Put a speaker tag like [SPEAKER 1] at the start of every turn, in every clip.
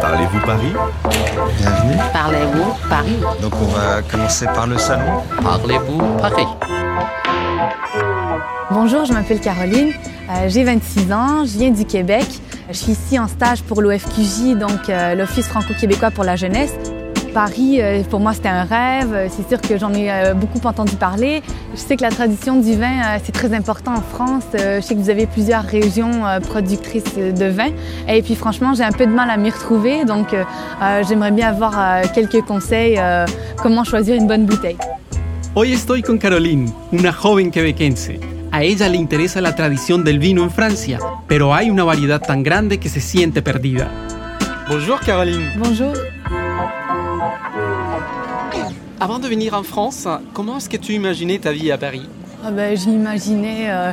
[SPEAKER 1] Parlez-vous Paris
[SPEAKER 2] Bienvenue.
[SPEAKER 3] Parlez-vous Paris
[SPEAKER 2] Donc on va commencer par le salon.
[SPEAKER 3] Parlez-vous Paris
[SPEAKER 4] Bonjour, je m'appelle Caroline, euh, j'ai 26 ans, je viens du Québec. Je suis ici en stage pour l'OFQJ, donc euh, l'Office franco-québécois pour la jeunesse. Paris, euh, pour moi, c'était un rêve. C'est sûr que j'en ai euh, beaucoup entendu parler. Je sais que la tradition du vin, euh, c'est très important en France. Euh, Je sais que vous avez plusieurs régions euh, productrices euh, de vin. Et puis, franchement, j'ai un peu de mal à m'y retrouver. Donc, euh, euh, j'aimerais bien avoir euh, quelques conseils euh, comment choisir une bonne bouteille.
[SPEAKER 5] Hoy estoy con Caroline, una joven quebequense. A ella le interesa la tradición del vino en Francia, pero hay una variedad tan grande que se siente perdida.
[SPEAKER 6] Bonjour Caroline.
[SPEAKER 4] Bonjour.
[SPEAKER 6] Avant de venir en France, comment est-ce que tu imaginais ta vie à Paris
[SPEAKER 4] Ah ben, je m'imaginais euh,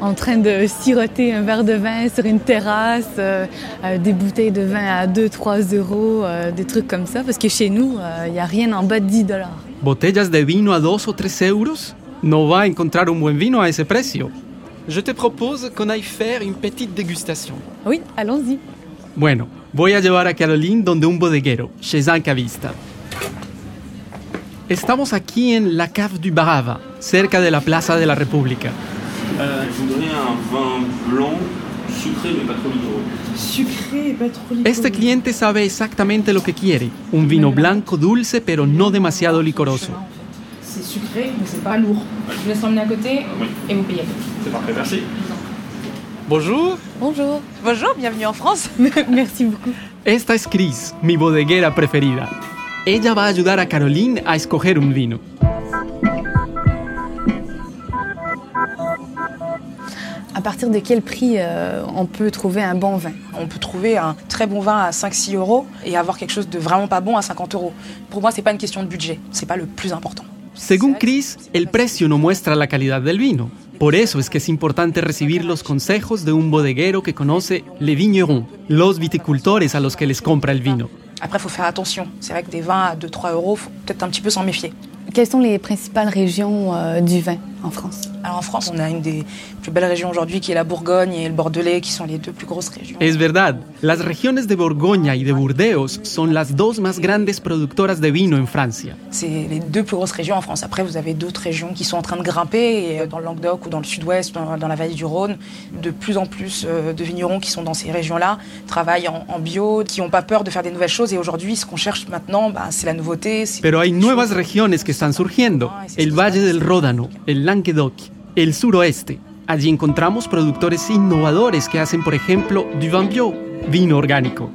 [SPEAKER 4] en train de siroter un verre de vin sur une terrasse, euh, euh, des bouteilles de vin à 2-3 euros, euh, des trucs comme ça, parce que chez nous, il n'y a rien en bas de 10 dollars.
[SPEAKER 5] ¿Botellas de vino a 2 o 3 euros? No va a encontrar un buen vino a ese precio.
[SPEAKER 6] Je te propose qu'on aille faire une petite dégustation.
[SPEAKER 4] Oui, allons-y.
[SPEAKER 5] Bueno, voy a llevar a Caroline donde un bodeguero, chez un cavista. Estamos aquí en la Cave du Barava, cerca de la Plaza de la República.
[SPEAKER 7] Euh, je voudrais un vin blanc sucré mais pas trop liquoreux.
[SPEAKER 8] Sucré et pas trop liquoreux.
[SPEAKER 5] Este cliente sabe exactamente lo que quiere, un vino blanco dulce pero no demasiado licoroso.
[SPEAKER 8] C'est sucré, mais c'est pas lourd. Je vous laisse l'emmener à côté
[SPEAKER 7] Oui.
[SPEAKER 8] et vous payez.
[SPEAKER 7] C'est parfait, merci.
[SPEAKER 6] Bonjour.
[SPEAKER 4] Bonjour.
[SPEAKER 9] Bonjour, bienvenue en France.
[SPEAKER 4] Merci beaucoup.
[SPEAKER 5] Esta es Chris, mi bodeguera preferida. Ella va a ayudar a Caroline a escoger un vino.
[SPEAKER 4] À partir de quel prix euh, on peut trouver un bon vin
[SPEAKER 9] On peut trouver un très bon vin à 5-6 euros et avoir quelque chose de vraiment pas bon à 50 euros. Pour moi, c'est pas une question de budget, c'est pas le plus important.
[SPEAKER 5] Según Chris, el precio no muestra la calidad del vino. Por eso es que es importante recibir los consejos de un bodeguero que conoce le vigneron, los viticultores a los que les compra el vino.
[SPEAKER 9] Après, faut faire attention. C'est vrai que des vins à 2-3 euros, faut peut-être un petit peu s'en méfier.
[SPEAKER 4] Quelles sont les principales régions euh, du vin en France
[SPEAKER 9] Alors en France, on a une des plus belles régions aujourd'hui qui est la Bourgogne et le Bordelais qui sont les deux plus grosses régions.
[SPEAKER 5] Es verdad, las regiones de Borgoña y de Burdeos son las dos más grandes productoras de vino en Francia.
[SPEAKER 9] C'est les deux plus grosses régions en France. Après, vous avez d'autres régions qui sont en train de grimper, et euh, dans le Languedoc ou dans le sud-ouest, dans, dans la vallée du Rhône. De plus en plus euh, de vignerons qui sont dans ces régions-là travaillent en, en bio, qui n'ont pas peur de faire des nouvelles choses. Et aujourd'hui, ce qu'on cherche maintenant, bah, c'est la nouveauté. c'est-
[SPEAKER 5] Pero hay nuevas regiones que están surgiendo, el Valle del Ródano, el Languedoc, el suroeste. Allí encontramos productores innovadores que hacen, por ejemplo, du vin bio, vino orgánico.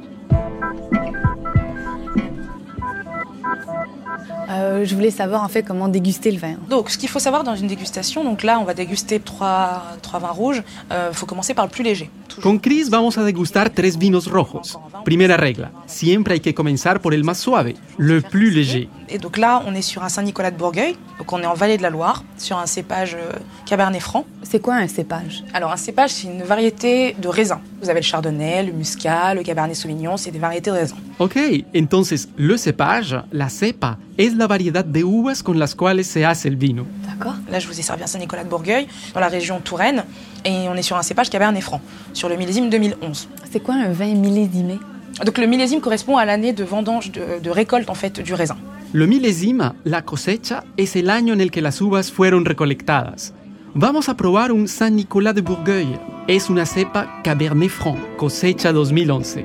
[SPEAKER 4] Euh, Je voulais savoir en fait comment déguster le vin.
[SPEAKER 9] Donc, ce qu'il faut savoir dans une dégustation, donc là, on va déguster trois, trois vins rouges. Il faut commencer par le plus léger. Toujours.
[SPEAKER 5] Con Chris vamos a degustar tres vinos rojos. Primera regla, siempre hay que comenzar por el más suave, le plus léger.
[SPEAKER 9] Et donc là, on est sur un Saint-Nicolas de Bourgueil. Donc, on est en vallée de la Loire, sur un cépage euh, Cabernet Franc.
[SPEAKER 4] C'est quoi un cépage
[SPEAKER 9] Alors un cépage, c'est une variété de raisin. Vous avez le chardonnay, le muscat, le cabernet sauvignon, c'est des variétés de raisin.
[SPEAKER 5] Ok, entonces, le cepage, la cepa, es la variedad de uvas con las cuales se hace el vino.
[SPEAKER 4] D'accord.
[SPEAKER 9] Là, je vous ai servi un Saint-Nicolas de Bourgueil, dans la région Touraine, et on est sur un cépage cabernet franc, sur le millésime 2011.
[SPEAKER 4] C'est quoi un vin millésimé
[SPEAKER 9] Donc le millésime correspond à l'année de vendange, de, de récolte en fait du raisin.
[SPEAKER 5] Lo milésima, la cosecha, es el año en el que las uvas fueron recolectadas. Vamos a probar un San Nicolás de Bourgueil. Es una cepa Cabernet Franc, cosecha 2011.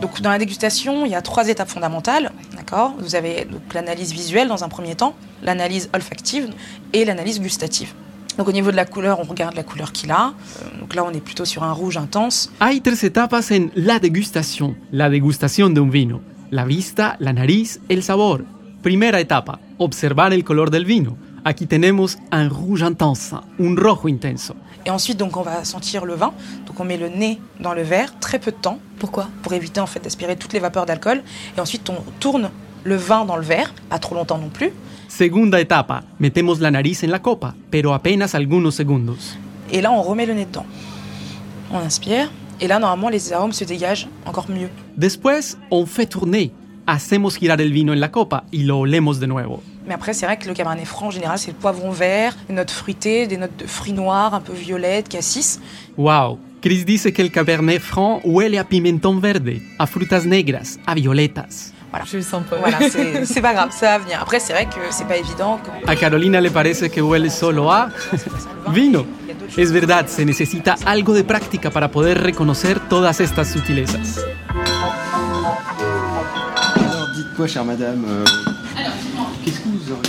[SPEAKER 9] Donc dans la dégustation, il y a trois étapes fondamentales, d'accord Vous avez donc l'analyse visuelle dans un premier temps, l'analyse olfactive et l'analyse gustative. Donc au niveau de la couleur, on regarde la couleur qu'il a. Euh, Donc là, on est plutôt sur un rouge intense.
[SPEAKER 5] Hay tres etapas en la degustación, la degustación de un vino. La vista, la nariz, el sabor. Primera etapa, observar el color del vino. Aquí tenemos un rouge intense, un rojo intenso.
[SPEAKER 9] Et ensuite, donc, on va sentir le vin. Donc, on met le nez dans le verre, très peu de temps,
[SPEAKER 4] Pourquoi
[SPEAKER 9] pour éviter en fait d'aspirer toutes les vapeurs d'alcool. Et ensuite, on tourne le vin dans le verre, pas trop longtemps non plus.
[SPEAKER 5] Segunda etapa, metemos la nariz en la copa, pero apenas algunos segundos.
[SPEAKER 9] Et là, on remet le nez dedans. On inspire. Et là, normalement, les arômes se dégagent encore mieux.
[SPEAKER 5] Después, on fait tourner. Hacemos girar el vino en la copa y lo olemos de nuevo.
[SPEAKER 9] Mais après, c'est vrai que le cabernet franc, en général, c'est le poivron vert, des notes fruitées, des notes de fruits noirs, un peu violettes, cassis.
[SPEAKER 5] Wow. Chris dice que el cabernet franc huele a pimentón verde, a frutas negras, a violetas.
[SPEAKER 8] Je le sens pas.
[SPEAKER 9] Voilà, c'est c'est pas grave, ça va venir. Après, c'est vrai que c'est pas évident. Quand...
[SPEAKER 5] A Carolina le parece que huele solo a vino. Es verdad, se necesita algo de práctica para poder reconocer todas estas sutilezas.
[SPEAKER 1] Alors dites-moi, chère madame, euh, qu'est-ce que vous aurez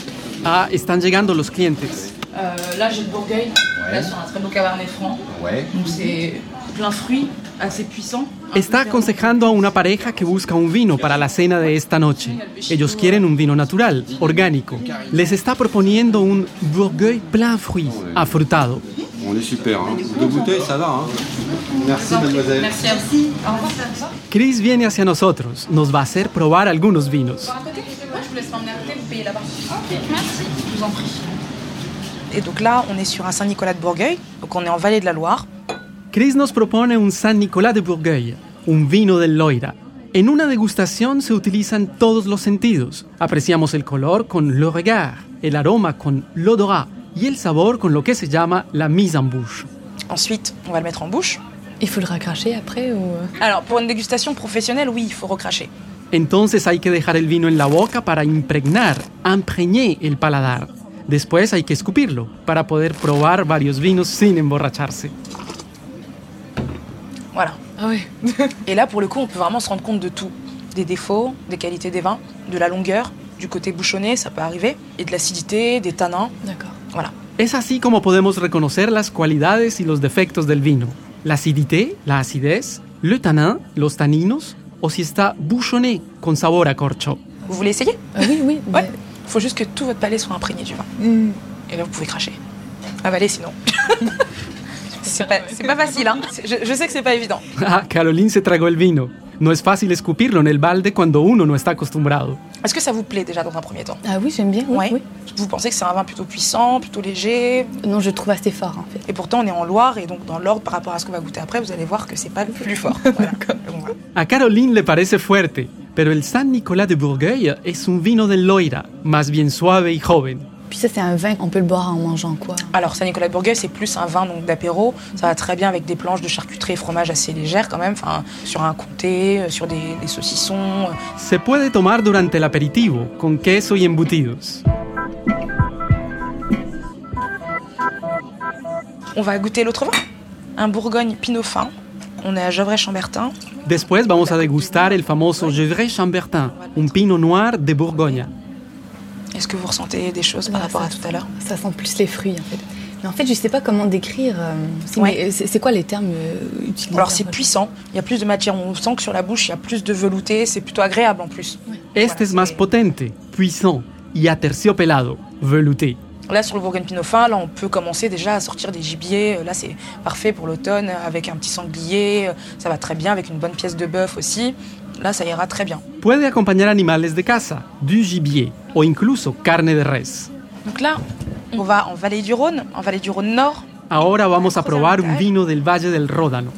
[SPEAKER 5] Ah, están llegando los clientes.
[SPEAKER 8] Euh, là, j'ai le Bourgueil,
[SPEAKER 1] Ouais.
[SPEAKER 8] là, sur un très beau cabernet franc.
[SPEAKER 1] Ouais.
[SPEAKER 8] Donc, c'est plein fruit, assez puissant.
[SPEAKER 5] Está aconsejando a una pareja que busca un vino para la cena de esta noche. Ellos quieren un vino natural, orgánico. Les está proponiendo un Bourgueil plein fruit, afrutado.
[SPEAKER 1] On est super, hein. Deux bouteilles, ça va, hein. Merci, mademoiselle.
[SPEAKER 8] Merci à vous. Au revoir.
[SPEAKER 5] Chris viene hacia nosotros, nos va a hacer probar algunos vinos.
[SPEAKER 8] À côté, moi, je vous laisse m'emmener à côté, vous payez là-bas. Ok, merci. Je vous en prie.
[SPEAKER 9] Et donc là, on est sur un Saint-Nicolas de Bourgueil, donc on est en vallée de la Loire.
[SPEAKER 5] Chris nos propone un San Nicolás de Bourgueil, un vino del Loira. En una degustación se utilizan todos los sentidos. Apreciamos el color con le regard, el aroma con l'odorat y el sabor con lo que se llama la mise en bouche.
[SPEAKER 9] Ensuite, on va le mettre en bouche.
[SPEAKER 10] Il faut le recracher après ou... euh,
[SPEAKER 9] Alors, pour une dégustation professionnelle, oui, il faut recracher.
[SPEAKER 5] Entonces hay que dejar el vino en la boca para impregnar, impreñé el paladar. Después hay que escupirlo para poder probar varios vinos sin emborracharse.
[SPEAKER 9] Voilà.
[SPEAKER 10] Ah ouais.
[SPEAKER 9] Et là, pour le coup, on peut vraiment se rendre compte de tout. Des défauts, des qualités des vins, de la longueur, du côté bouchonné, ça peut arriver, et de l'acidité, des tanins.
[SPEAKER 10] D'accord.
[SPEAKER 9] Voilà.
[SPEAKER 5] Es así como podemos reconocer las cualidades y los defectos del vino. La acidité, la acidez, le tanin, los taninos, o si está bouchonné con sabor a corcho.
[SPEAKER 9] Vous voulez essayer
[SPEAKER 10] Ah oui, oui.
[SPEAKER 9] Ouais. Mm.
[SPEAKER 10] mais-
[SPEAKER 9] Il faut juste que tout votre palais soit imprégné du vin.
[SPEAKER 10] Hmm.
[SPEAKER 9] Et là, vous pouvez cracher. Avaler sinon. c'est pas, c'est pas facile, hein. C'est- Je, je sais que c'est pas évident.
[SPEAKER 5] Ah, Caroline se tragó el vino. No es fácil escupirlo en el balde cuando uno no está acostumbrado.
[SPEAKER 9] Est-ce que ça vous plaît déjà dans un premier temps
[SPEAKER 10] Ah oui, j'aime bien. Oui,
[SPEAKER 9] Ouais.
[SPEAKER 10] oui.
[SPEAKER 9] Vous pensez que c'est un vin plutôt puissant, plutôt léger
[SPEAKER 10] Non, je le trouve assez fort en fait.
[SPEAKER 9] Et pourtant, on est en Loire, et donc dans l'ordre par rapport à ce qu'on va goûter après, vous allez voir que c'est pas le plus fort. Voilà. Bon, voilà.
[SPEAKER 5] A Caroline le parece fuerte, pero el San Nicolás de Bourgueil es un vino del Loira, más bien suave y joven.
[SPEAKER 10] Puis ça, c'est un vin, on peut le boire en mangeant quoi.
[SPEAKER 9] Alors, Saint-Nicolas de Bourgueil, c'est plus un vin donc d'apéro. Ça va très bien avec des planches de charcuterie et fromage assez légères quand même, enfin, sur un comté, euh, sur des, des saucissons. euh.
[SPEAKER 5] Se puede tomar durante el aperitivo, con queso y embutidos.
[SPEAKER 9] On va goûter l'autre vin. Un Bourgogne Pinot fin. On est à Gevrey-Chambertin.
[SPEAKER 5] Después vamos a degustar el famoso Gevrey Chambertin, un pino noir de Borgoña.
[SPEAKER 9] Est-ce que vous ressentez des choses par
[SPEAKER 10] Ah,
[SPEAKER 9] rapport
[SPEAKER 10] ça,
[SPEAKER 9] à tout à l'heure
[SPEAKER 10] Ça sent plus les fruits en fait. Mais en fait, je sais pas comment décrire. euh, aussi,
[SPEAKER 9] Ouais.
[SPEAKER 10] mais, euh, c'est c'est quoi les termes euh, utilisés
[SPEAKER 9] Alors c'est
[SPEAKER 10] en fait
[SPEAKER 9] puissant, il y a plus de matière, on sent que sur la bouche il y a plus de velouté, c'est plutôt agréable en plus.
[SPEAKER 5] Este es más potente, puissant y aterciopelado, velouté.
[SPEAKER 9] Là sur le Bourgogne Pinot fin, là on peut commencer déjà à sortir des gibiers, Euh, là c'est parfait pour l'automne avec un petit sanglier, euh, ça va très bien avec une bonne pièce de bœuf aussi. Là ça ira très bien.
[SPEAKER 5] Puede acompañar animales de caza, du gibier o incluso carne de res.
[SPEAKER 9] Donc là, on va en vallée du Rhône, en vallée du Rhône Nord.
[SPEAKER 5] Ahora vamos a probar un vino del Valle del Ródano.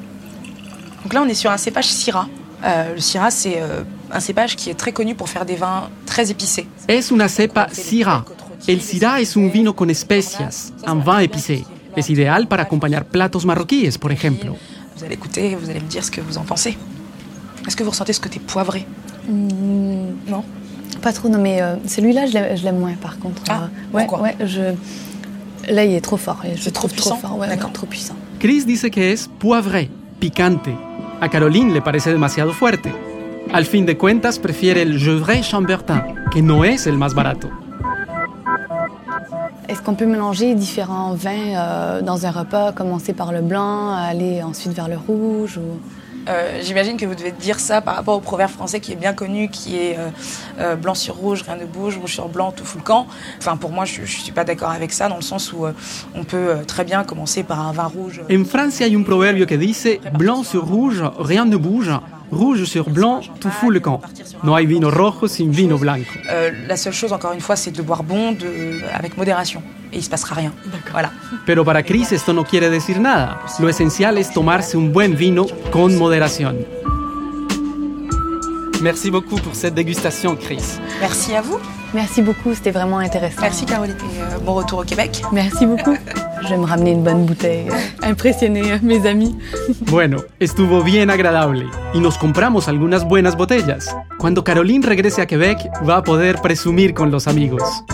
[SPEAKER 9] Donc là, on est sur un cépage Syrah. Euh, le Syrah, c'est euh, un cépage qui est très connu pour faire des vins très épicés.
[SPEAKER 5] Es una cepa Syrah. El Syrah es un vino con especias, un vin épicé. Es ideal para acompañar platos marroquíes, por ejemplo.
[SPEAKER 9] Vous allez écouter, vous allez me dire ce que vous en pensez. Est-ce que vous ressentez ce côté poivré
[SPEAKER 10] Mmh,
[SPEAKER 9] Non
[SPEAKER 10] Pas trop, non, mais euh, celui-là, je l'aime je l'aime moins par contre.
[SPEAKER 9] Ah,
[SPEAKER 10] Euh, ouais,
[SPEAKER 9] pourquoi
[SPEAKER 10] ouais, je... Là, il est trop fort. Je le
[SPEAKER 9] trop
[SPEAKER 10] trouve trop
[SPEAKER 9] puissant
[SPEAKER 10] fort. Ouais,
[SPEAKER 9] D'accord.
[SPEAKER 10] ouais, trop puissant.
[SPEAKER 5] Chris dice que es poivré, picante. A Caroline le parece demasiado fuerte. Al fin de cuentas prefiere el Gevrey Chambertin, que no es el más barato.
[SPEAKER 10] Est-ce qu'on peut mélanger différents vins euh, dans un repas, commencer par le blanc, aller ensuite vers le rouge ou...
[SPEAKER 9] Euh, J'imagine que vous devez dire ça par rapport au proverbe français qui est bien connu, qui est euh, euh, blanc sur rouge, rien ne bouge, rouge sur blanc, tout fout le camp. Enfin, pour moi, je ne suis pas d'accord avec ça, dans le sens où euh, on peut euh, très bien commencer par un vin rouge. euh,
[SPEAKER 5] En Francia hay un proverbio que dice, blanc sur rouge, rien ne bouge, rouge sur blanc, tout fout le camp. No hay vino rojo sin vino blanco.
[SPEAKER 9] Euh, la seule chose, encore une fois, c'est de boire bon de... avec modération. Et il se passera rien. Voilà.
[SPEAKER 5] Pero para Chris esto no quiere decir nada. Lo esencial es tomarse un buen vino con moderación.
[SPEAKER 6] Merci beaucoup pour cette dégustation, Chris.
[SPEAKER 9] Merci à vous.
[SPEAKER 4] Merci beaucoup, c'était vraiment intéressant.
[SPEAKER 9] Merci Caroline et euh, bon retour au Québec.
[SPEAKER 4] Merci beaucoup. Je vais me ramener une bonne bouteille. Impressionner euh, mes amis.
[SPEAKER 5] Bueno, estuvo bien agradable y nos compramos algunas buenas botellas. Cuando Caroline regrese a Quebec va a poder presumir con los amigos.